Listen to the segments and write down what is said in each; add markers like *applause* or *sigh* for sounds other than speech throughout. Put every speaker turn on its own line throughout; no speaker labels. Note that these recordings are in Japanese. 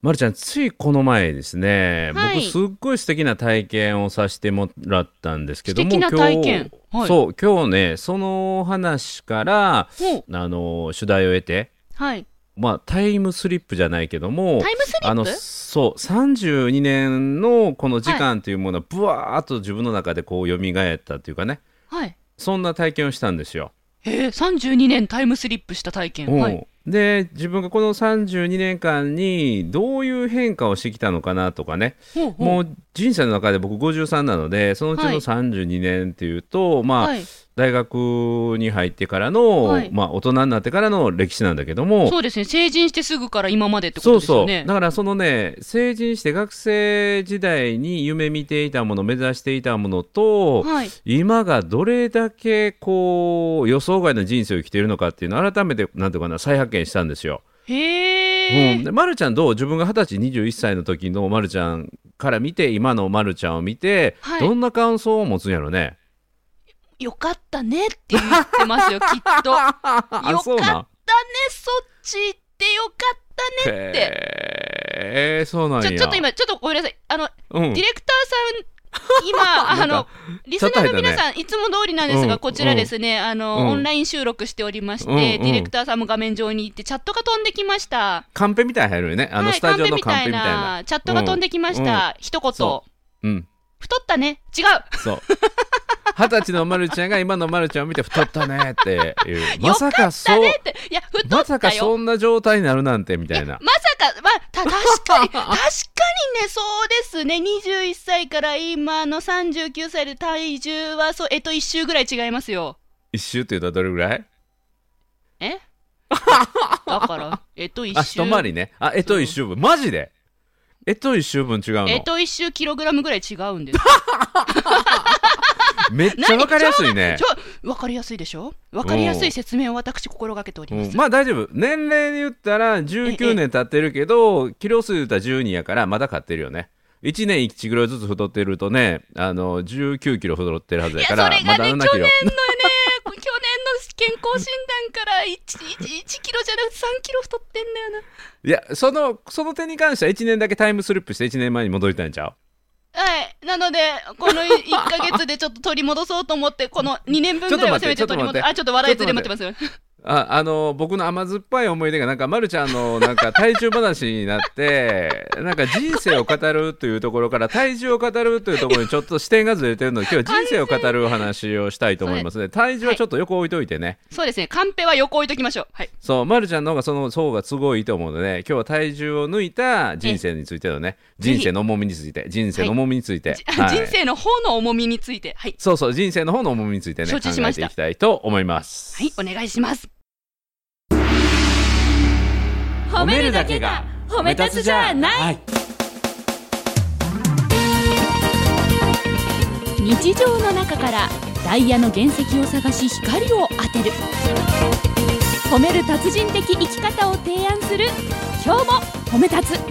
まるちゃん、ついこの前ですね、
はい
僕すっごい素敵な体験をさせてもらったんですけども、
素敵な体験
今日、
はい
そう、今日ね、その話から、
ほう
あの、主題を得て、
はい。
まあ、タイムスリップじゃないけども、
タイムスリップ
あのそう32年のこの時間というものはぶわーっと自分の中でこう蘇ったというかね
はい。
そんな体験をしたんですよ。
えー、32年タイムスリップした体験。は
う
い。
んで自分がこの32年間にどういう変化をしてきたのかなとかね
ほうほう
もう人生の中で僕53なのでそのうち
はい
の32年っていうと、まあ、
はい。
大学に入ってからの、
はい
まあ、大人になってからの歴史なんだけども
そうですね。成人してすぐから今までってこ
そ
と
う
ですよ
そう
ね。
だからそのね成人して学生時代に夢見ていたもの目指していたものと、
はい。
今がどれだけこう予想外の人生を生きているのかっていうのを改めてなんていうかな再発見したんですよ。
へ
う
え。
ん、でまるちゃんどう自分が二十歳21歳の時のまるちゃんから見て今のまるちゃんを見て、
はい
どんな感想を持つんやろね。
よかったねって言ってますよ、きっ *laughs*
*laughs*
と。よかっ
あそう
た
な
ね、そっち行ってよかったねっ
ん
て。
へえそうなん
ち
や。
ょ、ちょっと今、ちょっとごめんなさい。あの、
うん
ディレクタ
*laughs*
ーさん、今、
な
あ
んか
の、リスナーの皆さん、いつも通りなんですが、
うん
こちらですね、あの、
うん
オンライン収録しておりまして、
うんうん
ディレクターさんも画面上に行って、チャットが飛んできました。
カンペみたいに入るよねあの、
はい
スタジオのカンペみたいな。
チャットが飛んできました。一言。
そうん
太ったね。違う。
そう。二十歳のまるちゃんが今のまるちゃんを見て太ったねって
*laughs*
いう。まさかそ
だ
う、
ねって。いや、太ったよ。
まさかそんな状態になるなんてみたいな。
まさか、まあ、た、確かに、 *laughs* 確かにね、そうですね。21歳から今の39歳で体重は、そう、えっと、1周ぐらい違いますよ。
一周って言うとどれぐらい *laughs*
えだから、えっと、1
あ、
周。
一回りね。あ、えっと一周分。マジでえっと一周分違うの、
えっと、1周キログラムぐらい違う
*laughs*
んです。
めっちゃわかりやすいね
ち。ょ、わかりやすいでしょわかりやすい説明を私心がけており
う
ま
ん
す。
まあ大丈夫年齢で言ったら
え
19
え
年経ってるけどキロ数で言ったら12やからまだ買ってるよね1年1キロずつ太ってるとねあの19キロ太ってるはずや
いや、
か
そ
ら
れ
ま
が
だ
ね、去年のね *laughs*
7キロ、
去年の健康診断から1、1、1キロじゃなくて3キロ太ってんだよな。
いやそのその点に関しては1年だけタイムスリップして1年前に戻りたいんちゃう
はい、なので、この1か
*laughs*
月でちょっと取り戻そうと思って、この2年分ぐらいはせめて取り戻
ちょっと待って
あ、ちょっと笑いずれ待ってます。
ああの僕の甘酸っぱい思い出がなんかまるちゃんのなんか体重話になってなんか人生を語るというところから体重を語るというところにちょっと視点がずれてるので今日は人生を語るお話をしたいと思いますね体重はちょっと横置いといてね、
*laughs* そうですね、カンペは横置いときましょう。はい。
そう、ま、るちゃんの方がその層がすごいいいと思うので、今日は体重を抜いた人生についてのね、
ぜひ
人生の重みについて、人生の重みについて、
じ
はい
人生の方の重みについて、はい。
そうそう、人生の方の重みについてね、
承
考
知し
え
ましてた
いきたいと思います。
はい、お願いします。
褒めるだけが褒め立つじゃない
い。
日常の中からダイヤの原石を探し光を当てる褒める達人的生き方を提案する今日も褒め立つ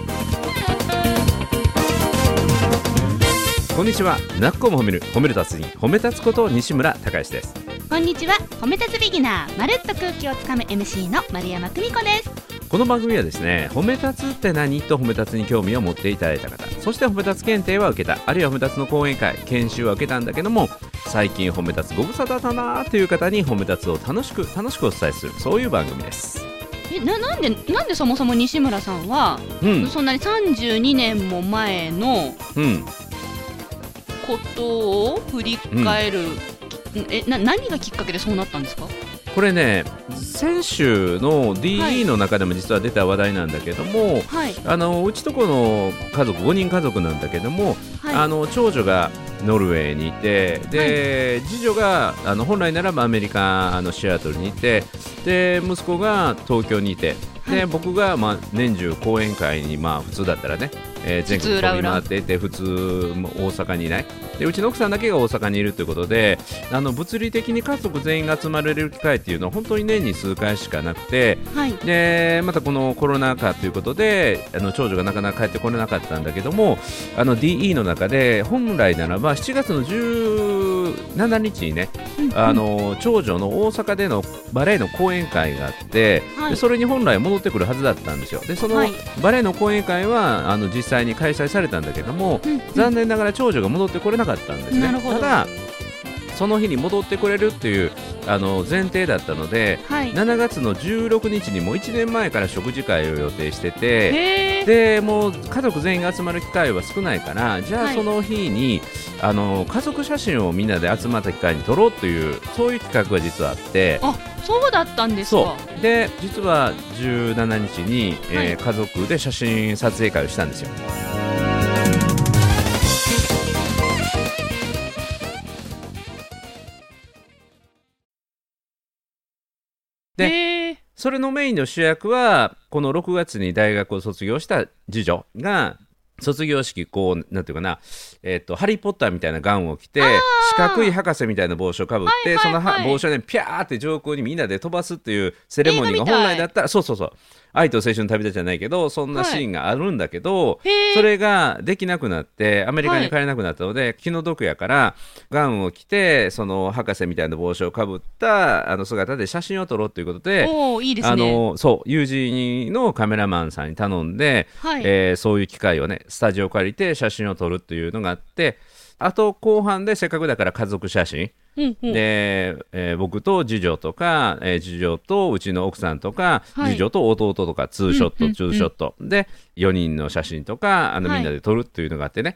こんにちは、なっこも褒める、褒める達人、褒め立つこと西村孝之です。
こんにちは、褒め立つビギナー、まるっと空気をつかむ MC の丸山久美子です。
この番組はですね褒め立つって何と褒め立つに興味を持っていただいた方そして褒め立つ検定は受けたあるいは褒め立つの講演会研修は受けたんだけども最近褒め立つご無沙汰だなーという方に褒め立つを楽しく楽しくお伝えするそういう番組です
え、な、なんで、なんでそもそも西村さんは、
うん
そんなに32年も前の
うん
ことを振り返る、え、な、何がきっかけでそうなったんですか
これね先週の
は
DE
い
の中でも実は出た話題なんだけども、
はい、
あのうちとこの家族5人家族なんだけども、
はい。
あの長女がノルウェーにいてで、次女があの本来ならばアメリカあのシアトルにいてで息子が東京にいてで、
はい
僕が、まあ、年中講演会に、まあ、普通だったらねえー全国
津々
飛び
浦々
回っていて普通も大阪にいないでうちの奥さんだけが大阪にいるということであの物理的に家族全員が集まれる機会っていうのは本当に年に数回しかなくて
はい
でまたこのコロナ禍ということであの長女がなかなか帰ってこれなかったんだけどもあの DE の中で本来ならば7月の17日にねあの長女の大阪でのバレエの講演会があって、
はい
でそれに本来戻ってくるはずだったんですよでその
はい
バレエの講演会はあの実際に開催されたんだけども、
うんうん
残念ながら長女が戻ってこれなかったんですね
なるほど
ただその日に戻ってくれるっていうあの前提だったので
はい
7月の16日にもう1年前から食事会を予定してて
へえ
でもう家族全員が集まる機会は少ないからじゃ
は
あ
い
その日に、あの家族写真をみんなで集まった機会に撮ろうというそういう企画が実はあって
あそうだったんですか
そうで実は17日に、えー
はい
家族で写真撮影会をしたんですよ。で
へえ
それのメインの主役はこの6月に大学を卒業した次女が卒業式こうなんていうかな、えっとハリー・ポッターみたいなガンを着て四角い博士みたいな帽子をかぶって、
はいはいはい
そのは帽子をねピャーって上空にみんなで飛ばすっていうセレモニー
映画
が
みたい
本来だったらそうそうそう「愛と青春の旅立ち」じゃないけどそんなシーンがあるんだけど、
へえ
それができなくなってアメリカに帰れなくなったので、気の毒やからガンを着てその博士みたいな帽子をかぶったあの姿で写真を撮ろうということで。
おおいいです
あ
ね
のそう友人のカメラマンさんに頼んで、
はい
えーそういう機会をねスタジオ借りて写真を撮るっていうのがあってあと後半でせっかくだから家族写真、
うんうん
で、えー僕と次女とか、えー次女とうちの奥さんとか、
はい
次女と弟とかツーショッ
うんうんう
ト
ん
ツーショット、で4人の写真とかあの
はい
みんなで撮るっていうのがあってね、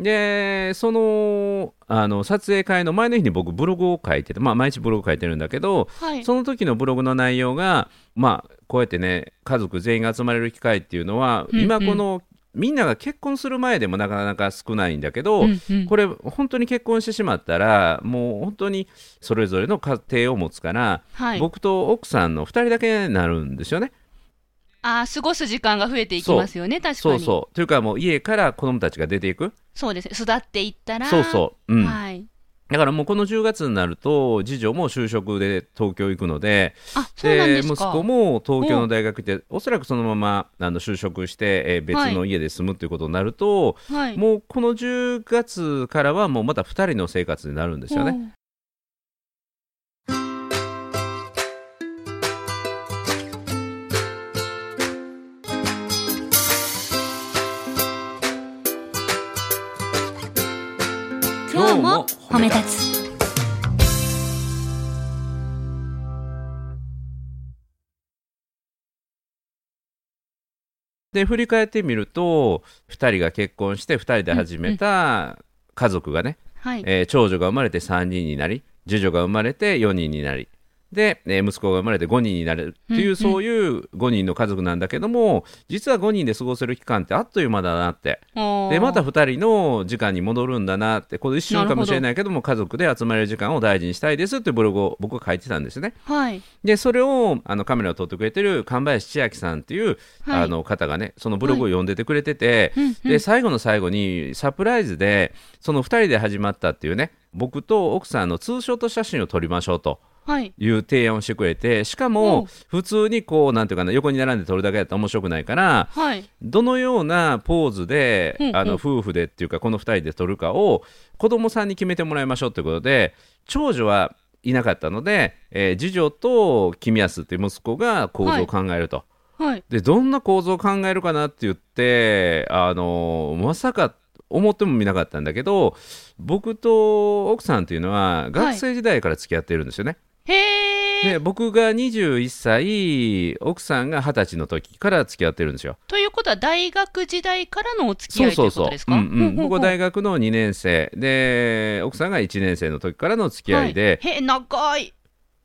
でそのあの撮影会の前の日に僕ブログを書いてて、まあ、毎日ブログ書いてるんだけど、
はい
その時のブログの内容が、まあ、こうやってね家族全員が集まれる機会っていうのは、
うんうん
今このみんなが結婚する前でもなかなか少ないんだけど、
うんうん
これ本当に結婚してしまったらもう本当にそれぞれの家庭を持つから、
はい
僕と奥さんの2人だけになるんですよね。
あー過ごす時間が増えていきますよね確かに
そうそうというかもう家から子供たちが出ていく
そうですね育っていったら
そうそう、うん
はい
だからもうこの10月になると次女も就職で東京行くので、
あそうなん
で
です
息
か
子も東京の大学でおそらくそのままあの就職して、えー別の家で住むということになると、
はい
もうこの10月からはもうまた2人の生活になるんですよね。
今日も褒め立つ
で振り返ってみると2人が結婚して2人で始めた家族がね、
はい
えー長女が生まれて3人になり次女が生まれて4人になりで、えー息子が生まれて5人になるっていう、
うんうん
そういう5人の家族なんだけども実は5人で過ごせる期間ってあっという間だなって
おー
でまた2人の時間に戻るんだなってこの一瞬かもしれないけども家族で集まれる時間を大事にしたいですってブログを僕は書いてたんですね
はい
でそれをあのカメラを撮ってくれてる神林千秋さんっていう、
はい
あの方がねそのブログを読んでてくれてて、
うんうん
で最後の最後にサプライズでその2人で始まったっていうね僕と奥さんのツーショット写真を撮りましょうと。
はい
いう提案をしてくれてしか
お
も普通にこうなんていうかな横に並んで撮るだけだと面白くないから
はい
どのようなポーズで、
うんうん
あの夫婦でっていうかこの2人で撮るかを子供さんに決めてもらいましょうということで長女はいなかったので、えー次女と君安っていう息子が構造を考えると、
はい
でどんな構造を考えるかなって言って、あのーまさか思ってもみなかったんだけど僕と奥さんっていうのは学生時代から付き合ってるんですよね。
へえ
で僕が21歳奥さんが20歳の時から付き合ってるんですよ。
ということは大学時代からのお付き合いということですか
うんうん、僕は大
学
学の2年生で奥さんが1年生の時からの付き合いで、
へえ長い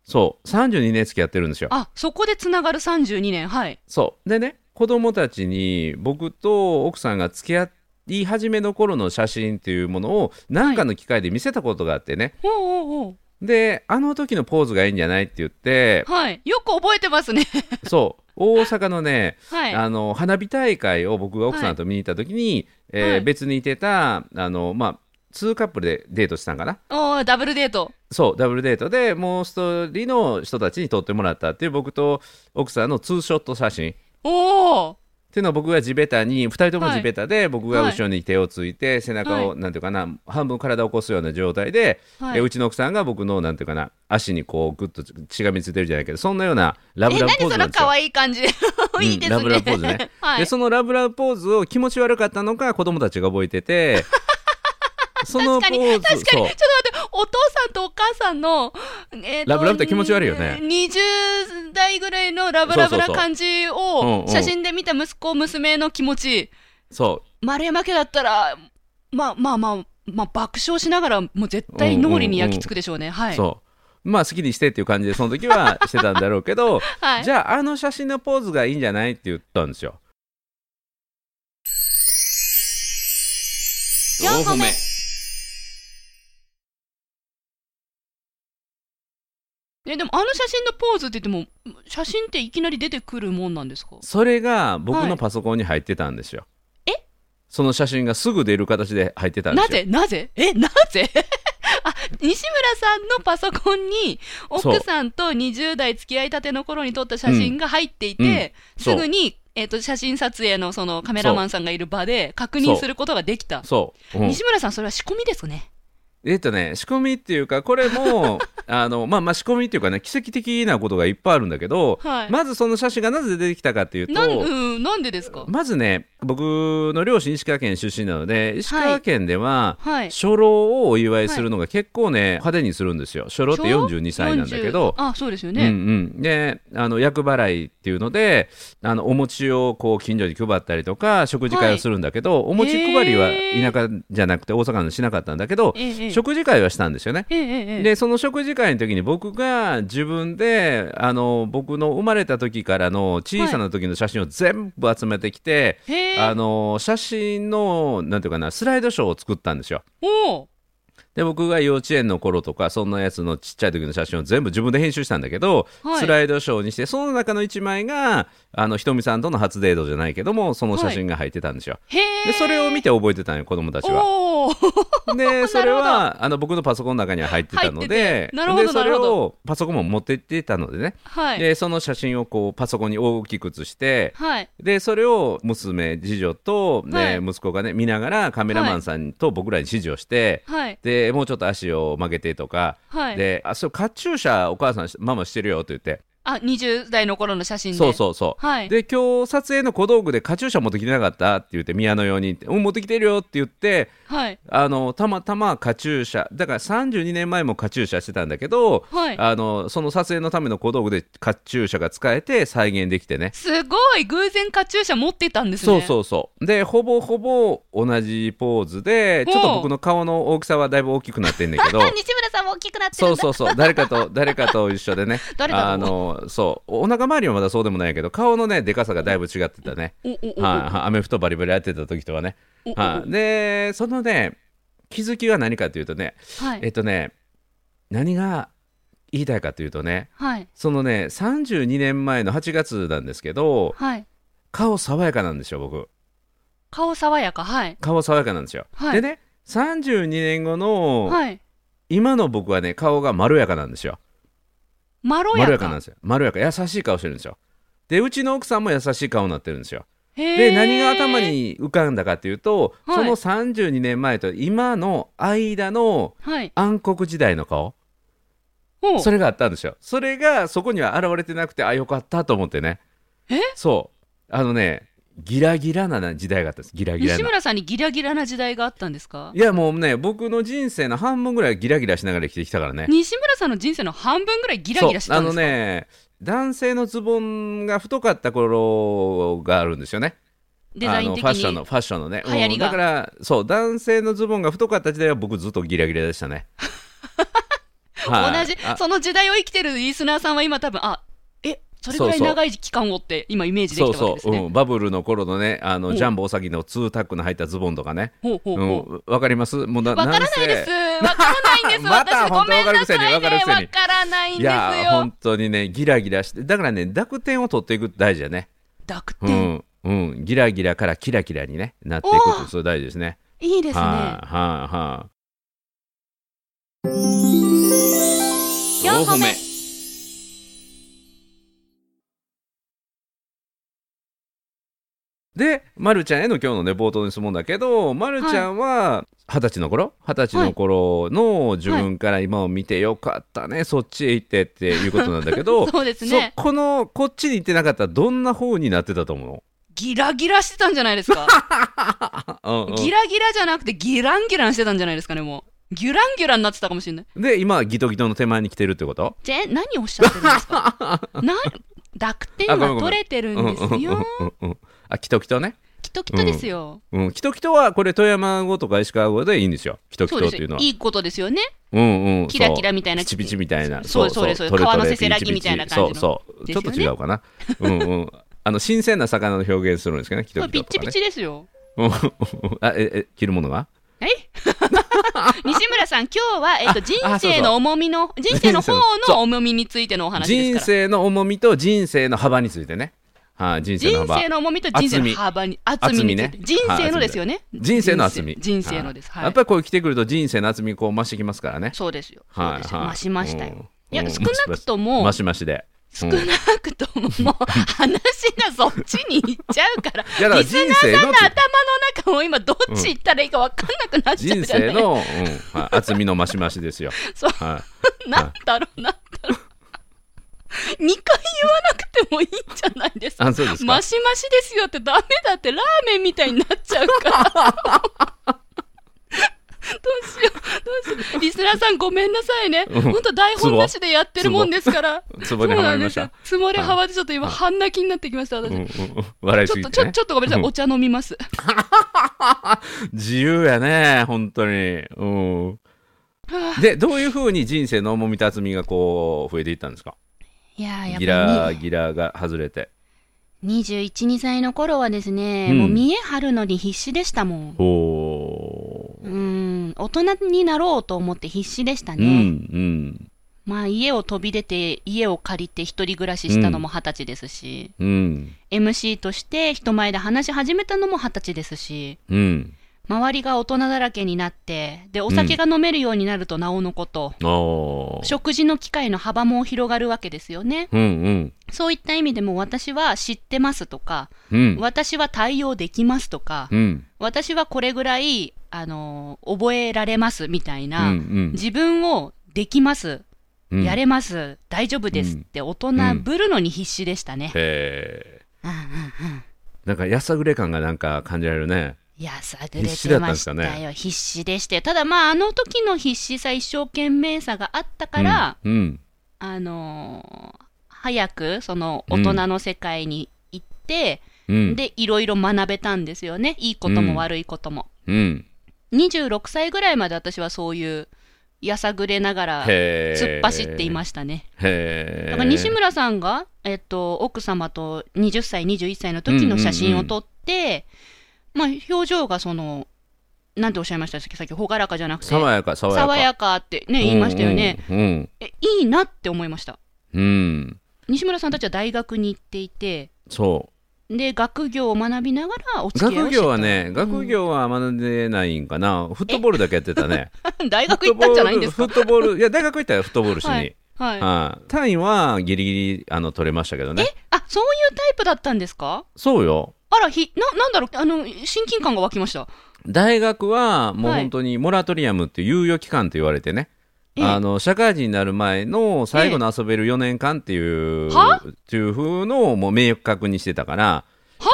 そう32年付き合ってるんですよ。
あそこでつながる32年はい
そうでね子供たちに僕と奥さんが付き合い始めの頃の写真っていうものを何かの機会で見せたことがあってね、
おうおうおう
であの時のポーズがいいんじゃないって言って
はいよく覚えてますね *laughs*
そう大阪のね、
はい。
あの花火大会を僕が奥さんと見に行った時に、えー
はい
別にいてたあの、まあ、2カップルでデートしたんかな
おーダブルデート。
そうダブルデートでもう一人の人たちに撮ってもらったっていう僕と奥さんのツーショット写真っ
おー
ていうのを僕が地べたに2人とも地べたで、僕が後ろに手をついて、背中を、
は
なんていうかな半分体を起こすような状態で、
は
え
い。
うちの奥さんが僕のなんていうかな足にこうグッとしがみついてるじゃないけどそんなようなラブ
え、
ラブ
何
ポーズ
そ
な
の
んですよ
可。愛い感じ。 *laughs* いいですね。
うんラブラブポーズね
*laughs* はい
で。そのラブラブポーズを気持ち悪かったのか子供たちが覚えて
*laughs*
てその
確
ポ
かに、
ー
確かに、
ズ
ち
そ
ょっと
う
待って、お父さんとお母さんの、えーと
ラブラブって気持ち悪いよね
20代ぐらいのラブラ
そ
ブな
うそうそう
感じ
うんう
を
ん、
写真で見た息子、娘の気持ち、
そ
丸山家だったら、まあまあまあ、まあ、爆笑しながら、もう絶対脳裏に焼き付くでしょうね。は
う
い。
そうまあ好きにしてっていう感じでその時はしてたんだろうけど、
はい。
じゃああの写真のポーズがいいんじゃないって言ったんですよ
四個目えでもあの写真のポーズって言っても写真っていきなり出てくるもんなんですか
それが僕
は
の
い
パソコンに入ってたんですよ、
え
その写真がすぐ出る形で入ってたんです
な
よ
ぜなぜえなぜ *laughs* あ西村さんのパソコンに
そう
奥さんと20代付き合いたての頃に撮った写真が入っていて、
うんうんそ
す
う
ぐに、えっと写真撮影のそのカメラマンさんがいる場で確認することができた、
そう、うん
西村さんそれは仕込みですね
えっとね仕込みっていうかこれ
*laughs*
もあのまあまあ仕込みっていうかね奇跡的なことがいっぱいあるんだけど、
はい
まずその写真がなぜ出てきたかっていうと
なん,、うん、なんでですか
まずね僕の両親石川県出身なので石川県では、
はい
初老をお祝いするのが結構ね派手にするんですよ初老って42歳なんだけど
40あそうですよ
うんう
ね、
ん、であの厄払いっていうのであのお餅をこう近所に配ったりとか食事会をするんだけど、お餅配りは
へー
田舎じゃなくて大阪のしなかったんだけど、
ええええ
食事会はしたんですよね。
ええええ
でその食事会の時に僕が自分であの僕の生まれた時からの小さな時の写真を全部集めてきて、
へえ
あの写真のなんていうかなスライドショーを作ったんですよ。
おう
で僕が幼稚園の頃とかそんなやつのちっちゃい時の写真を全部自分で編集したんだけど、
はい
スライドショーにしてその中の1枚があのひとみさんとの初デートじゃないけどもその写真が入ってたんですよ。
へえ
でそれを見て覚えてたのよ子供たちは。
おー *laughs*
でそれはあの僕のパソコンの中には入ってたので
てなるほど
でそれ
なるほ
をパソコンも持って行ってたのでね、
はい
でその写真をこうパソコンに大きく写して
はい
でそれを娘次女と、ね
はい
息子がね見ながらカメラマンさんと僕らに指示をして、
はい
でもうちょっと足を曲げてとか、
はい
であそうカチューシャお母さんしママしてるよって言って
あ20代の頃の写真で
そうそうそう。
はい
で今日撮影の小道具でカチューシャ持ってきてなかったって言って宮のようにって「うん持ってきてるよ」って言って
はい
あのたまたまカチューシャだから32年前もカチューシャしてたんだけど、
はい
あのその撮影のための小道具でカチューシャが使えて再現できてね
すごい偶然カチューシャ持ってたんですね
そう
う
そうそうでほぼほぼ同じポーズでちょっと
ほう
僕の顔の大きさはだいぶ大きくなってんだ
*laughs*
けど
西村さんも大きくなって
そ
るん
う
だ
そうそう誰かと誰かと一緒でね
*laughs* 誰だろう
あのそうお腹周りはまだそうでもないけど顔のねでかさがだいぶ違ってたね
おおおお
はいはいアメフトバリバリやってた時とはね
おお
はいでそのね気づきは何かというとね
は
えっ
い
とね何が言いたいかというとね
はい
そのね32年前の8月なんですけど
はい
顔爽やかなんですよ僕
顔爽やかはい
顔爽やかなんですよ、
は
で
い
ね32年後の、
はい
今の僕はね顔がまろやかなんですよ
まろ
ま
や
ろ
か
やかなんですよまろやか優しい顔してるんですよでうちの奥さんも優しい顔になってるんですよ
へー
で何が頭に浮かんだかっていうと、
はい
その32年前と今の間の
はい
暗黒時代の顔
おう
それがあったんですよそれがそこには現れてなくてあよかったと思ってね
え
そうあのねギラギラな時代があったんですギラギラ
西
な
村さんにギラギラな時代があったんですか
いやもうね僕の人生の半分ぐらいギラギラしながら生きてきたからね
西村さんの人生の半分ぐらいギラギラしてたんです
そう
か
あのね男性のズボンが太かった頃があるんですよね
デザイン的に
あのファッションのファッションのね
流行りが
うんだからそう男性のズボンが太かった時代は僕ずっとギラギラでした
*laughs*
ねはい
同じ
あ
その時代を生きてるリスナーさんは今多分あえそれぐらい長い期間をって今イメージで
そ
き
う
たわけ
そ
です
う、
ね。
うん、バブルの頃のねあ
う
の
ん
ジャンボおさぎのツータックの入ったズボンとかね
ほうほう
う
ほ
ん
う。
わかりますもうな
わからないです。わからないんです。
*laughs* また
私ごめん
本当わか
なさいね。わ
るくせにわかるくせに
からないん
い
です
や本
よ。
当にねギラギラしてだからね濁点を取っていくって大事だね
濁
う
点、
ん、うん、ギラギラからキラキラにねなっていく
お
っ
ー
てそれ大事ですね
いいですね。
はいはいはい
四歩目
で、ま、るちゃんへの今日のね冒頭の質問だけど、ま、るちゃんは二十歳の頃二十歳の頃の自分から今を見てよかったね、そっちへ行ってっていうことなんだけど
*laughs* そうですね。
そこのこっちに行ってなかったらどんな方になってたと思
ギラギラしてたんじゃないです
う、
か。
*laughs* うんうん
ギラギラじゃなくてギランギランしてたんじゃないですかねもう。ギュランギュランになってたかもしれない。
で今ギトギトの手前に来てるってこと
ぜ何をおっしゃってるんです
*laughs*
か。な濁点
あごめん
は
ごめん
取れてるんです
うんうんうん
よ。
うんうんあキトキトね、
きっときっとですよ。
うん、キトキトはこれ富山語とか石川語でいいんですよキトキ
そ
ト
う
って
です
いう
よ
のは、
いうことですよね。
んうん、
キラキラみたいな
ピチピチみたいな
そうそうですそ
トレ
うです
トレ
川のせせらぎ
ピチピチ
みたいな感じの
そうそう、
です
ちょ
よ
っ
ね
と違うか
*laughs*
なうんうんあの新鮮な魚の表現するんですけどねキ
こ
トキ
れピッ
トと
チ
か、
ピ
ね、
チですよ。
うんうんあええ着るものが
はい *laughs* 西村さん、今日は、えっと、人生の重みの、人生の方の重みについてのお話です
人
から。
生の重みと人生の幅についてね、はい、人生の
人
幅
生の重みと人生の幅に、厚みについて。
厚みね
人生のですよね。
人生の厚み
人生人生のです。
は
はいい。
やっぱりこう来てくると人生の厚みこう増してきますからね
そうですよ。そう
はい
ですよ。
はい
増しましたよ。
うん
いや
うん
少なくとも
増し増しで
少
うん
なくとも、もう、話がそっちに行っちゃうから
いやだか、ら
リスナーさんの
人生の
頭の中も今、どっち行ったらいいか分かんなくなっちゃう
人
じゃな
生
い
の、うんはい厚みの増し増しですよ。
そう
は
*laughs* なんだろう、なんだろう。2回言わなくてもいいんじゃないですか。
あそうですか
マシマシですよってダメだって、ラーメンみたいになっちゃうから。どうしよう、どうしよう。リスナーさんごめんなさいね。
うん
本当台本なしでやってるもんですから。
い。つぼにはまりまし
そうなん
た。
ですよ。つもりはまりちょっと今、半泣きになってきました、
う
私。
んうんうん笑い
ち
す
ょ
ぎ
っと、
て
ちょ、
ね
ち。ょっとごめんなさい。
うん
お茶飲みます。
自由やね、本当に。うん。で、どういうふうに人生の重みと厚みがこう増えていったんですか
いやー
ギ
やっぱ
ラ
り
ギラが外れて。
21、2歳の頃はですね、
うん
もう見え張るのに必死でしたもん。
ほ
う
ー。
ん、大人になろうと思って必死でした
う
ね。
ん
まあ家を飛び出て、家を借りて一人暮らししたのも二十歳ですし、
うんうん。
MC として人前で話し始めたのも二十歳ですし、
うん。
周りが大人だらけになって、で、お酒が飲めるようになるとなおのこと、
おー。
食事の機会の幅も広がるわけですよね。
うんうん。
そういった意味でも私は知ってますとか、
うん。
私は対応できますとか、
うん。
私はこれぐらい、あのー覚えられますみたい
うん
な、自分をできます、
うん。
やれます、大丈夫ですって大人ぶるのに必死でしたね。
へ
うんうんうん。
ー。なんかやさぐれ感がなんか感じられるね。
いや、さぐれ
必死だ
て
ったん
ま
で
し
す
た
か
よ。
ね
必死でして。ただまあ、あの時の必死さ、一生懸命さがあったから、
うんうん。
あのー早く、その、大人の世界に行って、
うん。
で、いろいろ学べたんですよね。いいことも悪いことも。
うん。
26歳ぐらいまで私はそういう、やさぐれながら、
へー
突っ走っていましたね。
へえ。
だから西村さんが、えっと、奥様と20歳、21歳の時の写真を撮って、まあ、表情がその、なんておっしゃいましたっけ、さっき、朗らかじゃなくて、
爽やか、爽やか。
爽やかってね、言いましたよね、
うんうん
え。いいなって思いました。
うん。うん。
西村さんたちは大学に行っていて、
そ
で、学業を学びながらお
う。
付き合いを
学
してた
業は、ね、学業は学んでないんかな。フットボールだけやってた
*laughs*
ね。
*laughs* 大学行ったんじゃないんです
フッ
か。
トボール、フットボールいや、大学行ったよ、フットボールしに。
は
はいい。
はい、あ
単位はギリギリあの取れましたけどね。
そういうタイプだったんですか
そうよ。
あら、ひななんだろう、あの親近感が湧きました。
大学はもう
はい
本当にモラトリアムっていう猶予期間と言われてね、
ええ
あの社会人になる前の最後の遊べる4年間っていう、
は
っていう風のをもう明確にしてたから。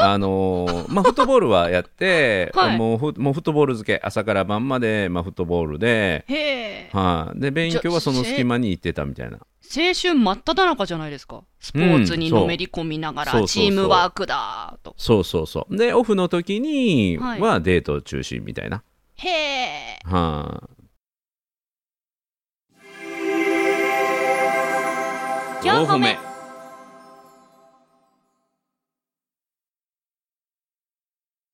あのーまあ、フットボールはやって、
*laughs* はい
もうフもうフットボール漬け朝から晩まで、まあ、フットボールで,、
へえ。
はいで勉強はその隙間に行ってたみたいな
青春真っ只中じゃないですか。スポーツにのめり込みなが
うんそ
ら、
う
チームワークだと。
そうそうそうでオフの時に
はい
はデート中心みたいな、
へえ。
はい
四歩目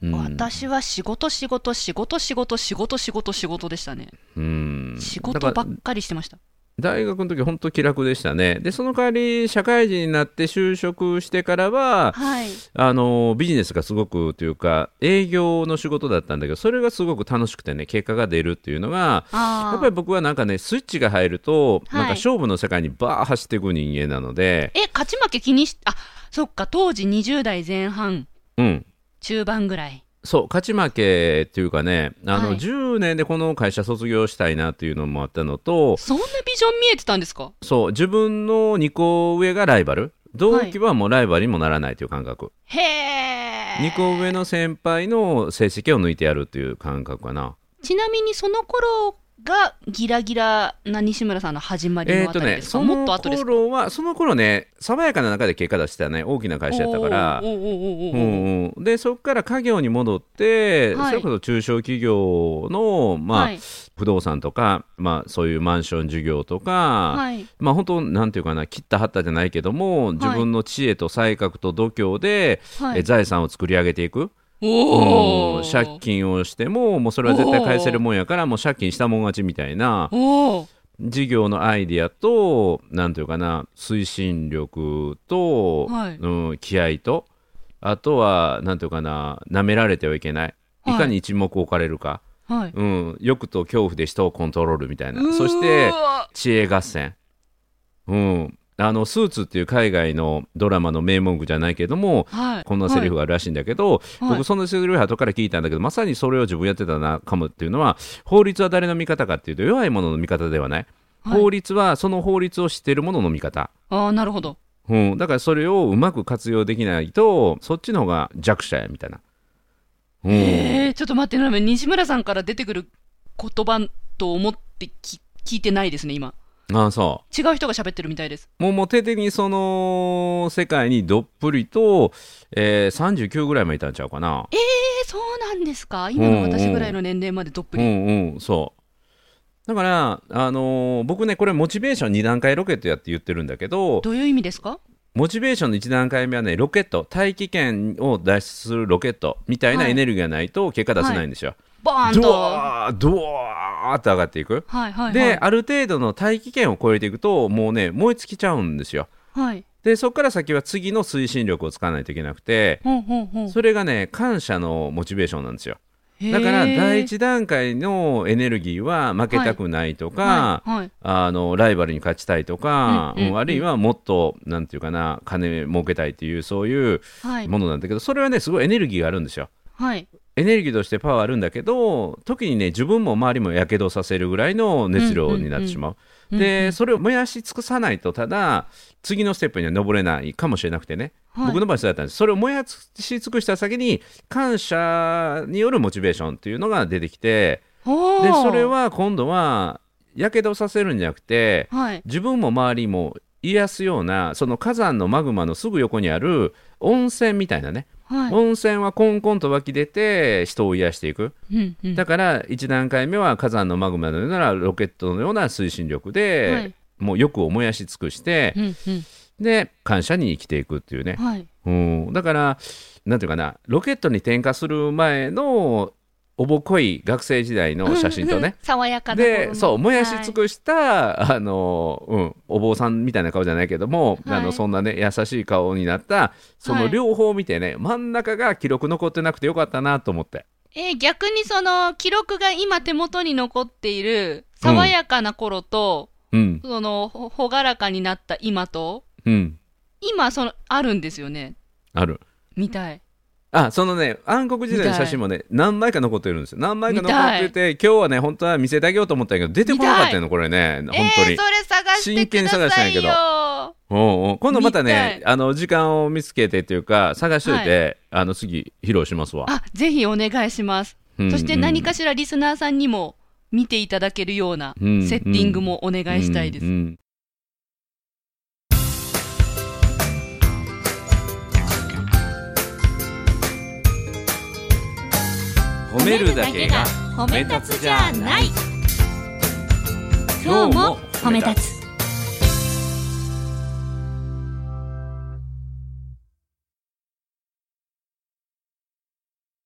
うん、
私は仕事仕事仕事仕事仕事仕事仕事でしたね、
うん
仕
だ
事
か
ば
ら
っかりしてました
大学の時本当気楽でしたねでその代わり社会人になって就職してからは
はい
あのビジネスがすごくというか営業の仕事だったんだけどそれがすごく楽しくてね結果が出るっていうのがや
ああ
っぱり僕はなんかねスイッチが入ると、
はい
なんか勝負の世界にバー走っていく人間なので
え勝ち負け気にしあそっか当時20代前半
うん
中盤ぐらい
そう勝ち負けっていうかねあの、
はい
10年でこの会社卒業したいなっていうのもあったのと
そんなビジョン見えてたんですか
そう自分の2個上がライバル同期はもうライバルにもならないという感覚、
へえ
2個上の先輩の成績を抜いてやるっていう感覚かな
ちなみにその頃がギラギラな西村さんの始まり
え
の
ー
あ
と
たり
ね
ですか、
そ
もっ
の
と後ですか
頃はその頃ね爽やかな中で結果出してたね大きな会社やったから
おーおーおーおーお
う
ー
んうん、でそこから家業に戻って、
はい
それこそ中小企業の、まあ
はい
不動産とか、まあ、そういうマンション事業とか、
はい
まあ本当なんていうかな切ったはったじゃないけども自分の知恵と才覚と度胸で、
は
え
い
財産を作り上げていく、う
お
ん
ー
借金をしてももうそれは絶対返せるもんやからもう借金したもん勝ちみたいな
おー
事業のアイディアとなんていうかな推進力と、
はい
うん、気合とあとはなんていうかな舐められてはいけない。い
はい
かに一目置かれるか、
はい
うん、欲と恐怖で人をコントロールみたいなそし
う
て
ーわ
知恵合戦、うん、あのスーツっていう海外のドラマの名文句じゃないけども
はい
こんなセリフがあるらしいんだけど、
はい
僕そのセリフ後から聞いたんだけどまさにそれを自分やってたなかもっていうのは法律は誰の味方かっていうと弱い者の味方ではない、
はい
法律はその法律を知っている者の味方、
ああなるほど
うん、だからそれをうまく活用できないとそっちの方が弱者やみたいな。うん
えー、ちょっと待ってなんか西村さんから出てくる言葉と思ってき聞いてないですね今
ああそう
違う人が喋ってるみたいです
もうもう徹底的にその世界にどっぷりと、えー、39ぐらいまでいたんちゃうかな。
えー、そうなんですか今の私ぐらいの年齢までどっぷ
う
り、
んうんそうだから、あのー僕ねこれモチベーション2段階ロケットやって言ってるんだけど
どういう意味ですか
モチベーションの1段階目はねロケット大気圏を脱出するロケットみたいな
はい
エネルギーがないと結果出せないんですよ。
バー
ド
ンとは
ワードワーって上がっていく。
いはいはい
で、ある程度の大気圏を超えていくともうね燃え尽きちゃうんですよ。
はい
でそこから先は次の推進力を使わないといけなくて、
ほうほうほう
それがね感謝のモチベーションなんですよ
へー
だから第一段階のエネルギーは負けたくないとか、
はいはい
あのライバルに勝ちたいとか、
うんうん
うんあるいはもっとなんていうかな金儲けたいっていうそういう
はい
ものなんだけどそれはねすごいエネルギーがあるんですよ
はい
エネルギーとしてパワーあるんだけど時にね自分も周りもやけどさせるぐらいの熱量になってしまう,、
うんうん
でそれを燃やし尽くさないとただ次のステップには登れないかもしれなくてね、
はい
僕の場合そうだったんですそれを燃やし尽くした先に感謝によるモチベーションっていうのが出てきて
ほう
でそれは今度はやけどさせるんじゃなくて
はい
自分も周りも癒やすようなその火山のマグマのすぐ横にある温泉みたいなね
はい
温泉はコンコンと湧き出て人を癒していく
うんうん
だから1段階目は火山のマグマのようなロケットのような推進力で、
はい
もう欲を燃やし尽くして
うんうん
で感謝に生きていくっていうね、
はい
うん、だからなんていうかなロケットに点火する前のおぼこい学生時代の写真と
うんうん
ね
爽やかな頃
で
の
そう燃やし尽
は
くした、あのうん、お坊さんみたいな顔じゃないけども、
はい
あのそんなね優しい顔になったその
はい
両方を見てね、真ん中が記録残ってなくてよかったなと思って。
いえー逆にその記録が今手元に残っている爽やかな頃と、
うん
そのほほがらかになった今と
うん
今そのあるんですよね
ある
みたい
あそのね暗黒時代の写真もね何枚か残ってるんですよ何枚か残って
見
て今日はね本当は見せてあげようと思ったんやけど出てこなかったのこれね本当に、
えー、それ探し
真
て
剣に
くだ
探した
さ
んや
い
けど
よ
おうおう今度またね
見
あの時間を見つけてというか探しといて、あの次披露しますわ、
あぜひお願いします、
うん
そして何かしらリスナーさんにも見ていただけるような
うん
セッティングもお願いしたいです、
うんうん褒めるだけが
褒
め立つじゃない
今日も褒め立つ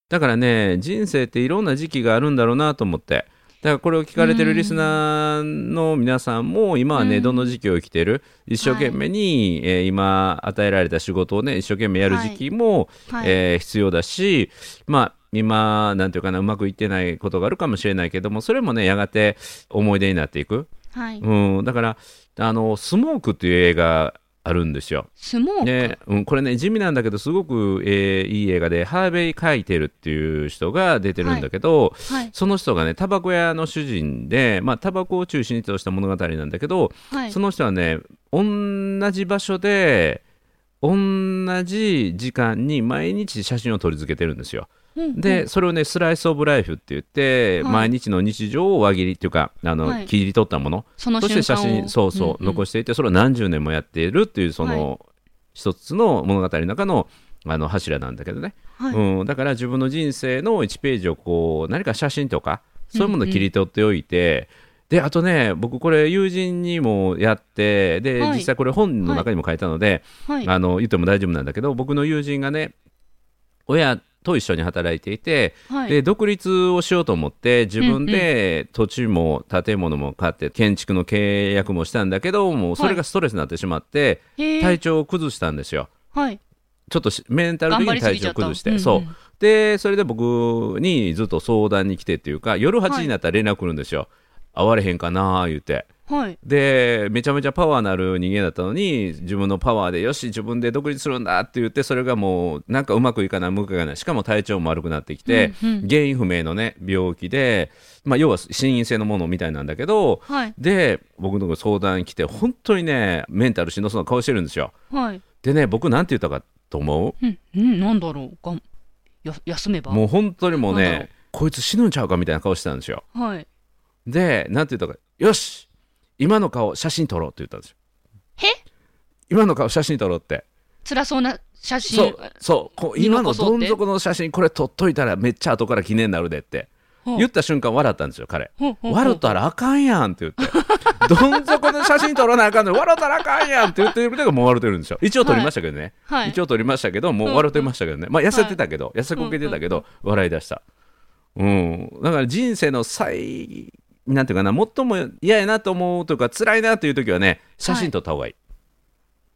だからね人生っていろんな時期があるんだろうなと思ってだからこれを聞かれてるリスナーの皆さんも今はね、
うん
どの時期を生きてる一生懸命に、えー今与えられた仕事をね一生懸命やる時期も、
はい
えー必要だしまあ今なんていうかなうまくいってないことがあるかもしれないけどもそれもねやがて思い出になっていく、
はい、
うん、だからあの「スモーク」っていう映画あるんですよ。
スモーク、
ねうん、これね地味なんだけどすごく、えーいい映画でハーベイ・カイテルっていう人が出てるんだけど、
はい
その人がねタバコ屋の主人でまあタバコを中心にとした物語なんだけど、
はい
その人はね同じ場所で同じ時間に毎日写真を撮り続けてるんですよ。
うん
でそれをねスライス・オブ・ライフって言って、
はい
毎日の日常を輪切りっていうかあの、
はい
切り取ったもの
その
そして
瞬
写
間を
真そうそう、
んん
残していてそれを何十年もやっているっていうその、一つの物語の中のあの柱なんだけどね、
はい
うん、だから自分の人生の1ページをこう何か写真とかそういうものを切り取っておいて、であとね僕これ友人にもやってで、
はい
実際これ本の中にも書いたので、
はい
あの言っても大丈夫なんだけど僕の友人がね親と一緒に働いていて、
はい
で独立をしようと思って自分で土地も建物も買って建築の契約もしたんだけどもうそれがストレスになってしまって
へー
体調を崩したんですよ。
はい
ちょっとしメンタル的に体調を崩して、
頑張りすぎちゃった
そ
うんうん
うでそれで僕にずっと相談に来てっていうか夜8時になったら連絡来るんですよ、会われへんかなー言うて
はい
でめちゃめちゃパワーのある人間だったのに自分のパワーでよし自分で独立するんだって言ってそれがもうなんかうまくいかない向かないしかも体調も悪くなってきて、
うんうん
原因不明のね病気で、まあ、要は心因性のものみたいなんだけど
はい
で僕のところ相談来て本当にねメンタルしんどそうな顔してるんですよ
はい
でね僕なんて言ったかと思う
うんうんなんだろうがんや休めば
もう本当にもう
なんだろう
ねこいつ死ぬんちゃうかみたいな顔してたんですよ
はい
でなんて言ったか「よし今の顔写真撮ろう」って言ったんですよ
へ
今の顔写真撮ろうって
辛そうな写真
そうそうこう
見
今
残
の
そう
ど
っ
ん
て
底の写真これ撮っといたらめっちゃ後から記念になるでって
ほう
言った瞬間笑ったんですよ彼
ほうほうほう
笑ったらあかんやんって言って *laughs* どん底の写真撮らなあかんのに笑ったらあかんやんって言ってるけどもう笑ってるんですよ一応撮りましたけどね、
はい
一応撮りましたけどもう笑ってましたけどね、まあ痩せてたけど、痩せこけてたけど、笑い出したうんだから人生の最なんていうかな最も嫌やなと思うというか辛いなという時はね写真撮った方がいい、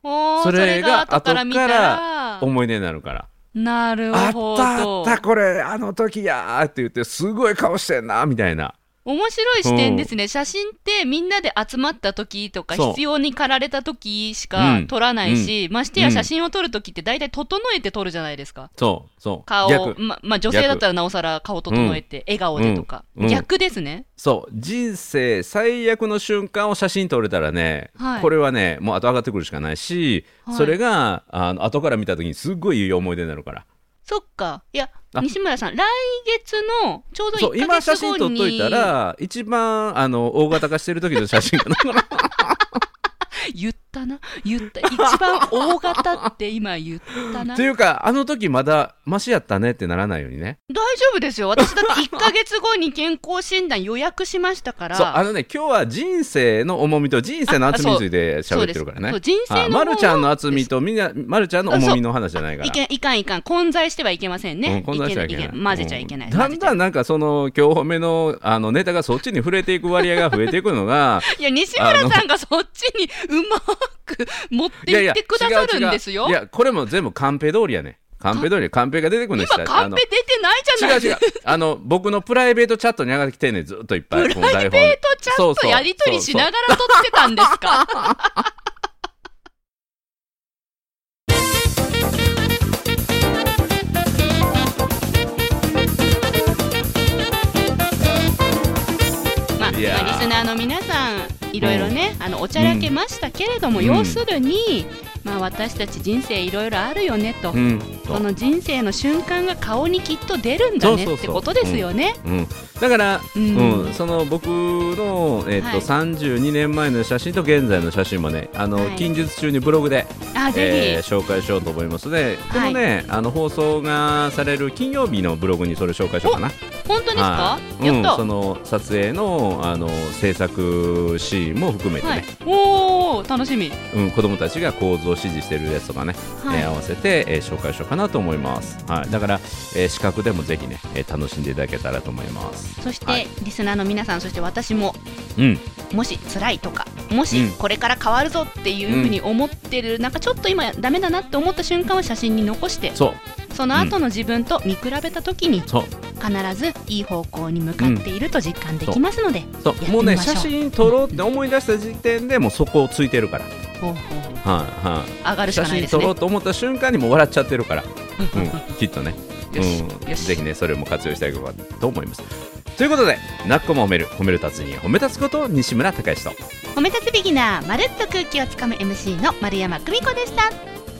おーそ
そ
れ
れ
が
が
後から見たら
思い出になるから
なる
あっ
ほ
たあ
ど
ったこれあの時やーって言ってすごい顔してんなみたいな
面白い視点ですね写真ってみんなで集まった時とか
そう
必要に駆られた時し
う
か
ん
撮らないし、ましてや
うん
写真を撮る時って大体整えて撮るじゃないですか
そうそう
顔
逆
ままあ女性だったらなおさら顔整えて笑顔でとか、
うんうん
逆ですね
そう人生最悪の瞬間を写真撮れたらね、
はい
これはねもう後上がってくるしかないし、
はい
それがあの後から見た時にすっごいいい思い出になるから
そっかいや
あ
西村さん来月のちょうど
そう
1ヶ
今写
月後
真
に
撮っといたら一番あの大型化してる時の写真
*laughs*
かな
言ったな言った一番大型って今言ったな
っていうかあの時まだマシやったねってならないようにね
大丈夫ですよ私だって1ヶ月後に健康診断予約しましたから
そうあのね今日は人生の重みと人生の厚みについて喋ってるからね
そうですそう人生の
まるちゃんの
方
厚みとみんなまるちゃんの重みの話じゃないから
いけいかんいかん混在してはいけません
うん
ね、
混在してはいけない
けん混ぜちゃいけない、
うんだんだんなんかその今日褒めのあのネタがそっちに触れていく割合が増えていくの
*laughs*
が
いや西村さんがそっちにうまく持っていってくださるんですよ
いやこれも全部カンペ通りやねカンペ通りカンペが出てくるんです
今カンペ出てないじゃ
違
な
う
い
違うあの僕のプライベートチャットに上がってきてんねんずっといっぱいプライベ
デートちゃんとやり取りしながら撮ってたんですかまあまあ
い
リ
やー
スナーの皆さんいろいろね、あのおちゃらけましたけれども、
うん
要するに、まあ、私たち人生いろいろあるよねと、
うん
その人生の瞬間が顔にきっと出るんだね
そうそうそう
ってことですよね。
うん、だから、う
う
んんその僕の、えっと
はい
32年前の写真と現在の写真もねあの、
はい
近日中にブログで、
あぜひ、
えー紹介しようと思いますのでこのね、あの放送がされる金曜日のブログにそれ紹介しようかな。
本当ですか
は、い
や
う
っ
ん、
た、
その撮影のあの制作シーンも含めてね、
はい、おお楽しみ
うん、子供たちが構造を支持してるやつとかね、
はい
えー合わせて、えー紹介しようかなと思います、はい、だから、えー視覚でもぜひね、えー楽しんでいただけたらと思います
そして、
はい
リスナーの皆さんそして私も
うん
もし辛いとかも
う
し
ん
これから変わるぞっていうふうに思ってる、なんかちょっと今ダメだなって思った瞬間は写真に残して
そう
その後の自分と見比べた時に
そう
必ずいい方向に向かっていると実感できますので、
そ
やって
うもうね
みましょう
写真撮ろうって思い出した時点でもうそこをついてるから、はい
ほうほうほ
は
う上が
い、
るし
写
かないで
真
す
撮ろ
ね
うと思った瞬間にもう笑っちゃってるから、うん、きっとね
よし
うん
よし
ぜひねそれも活用したいかと思いますということで「なっこも褒める褒める達人褒め立つこと西村隆之と
褒め立つビギナーまるっと空気をつかむ MC の丸山久美子でした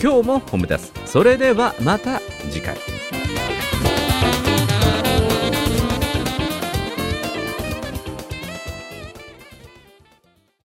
今日も褒め立つそれではまた次回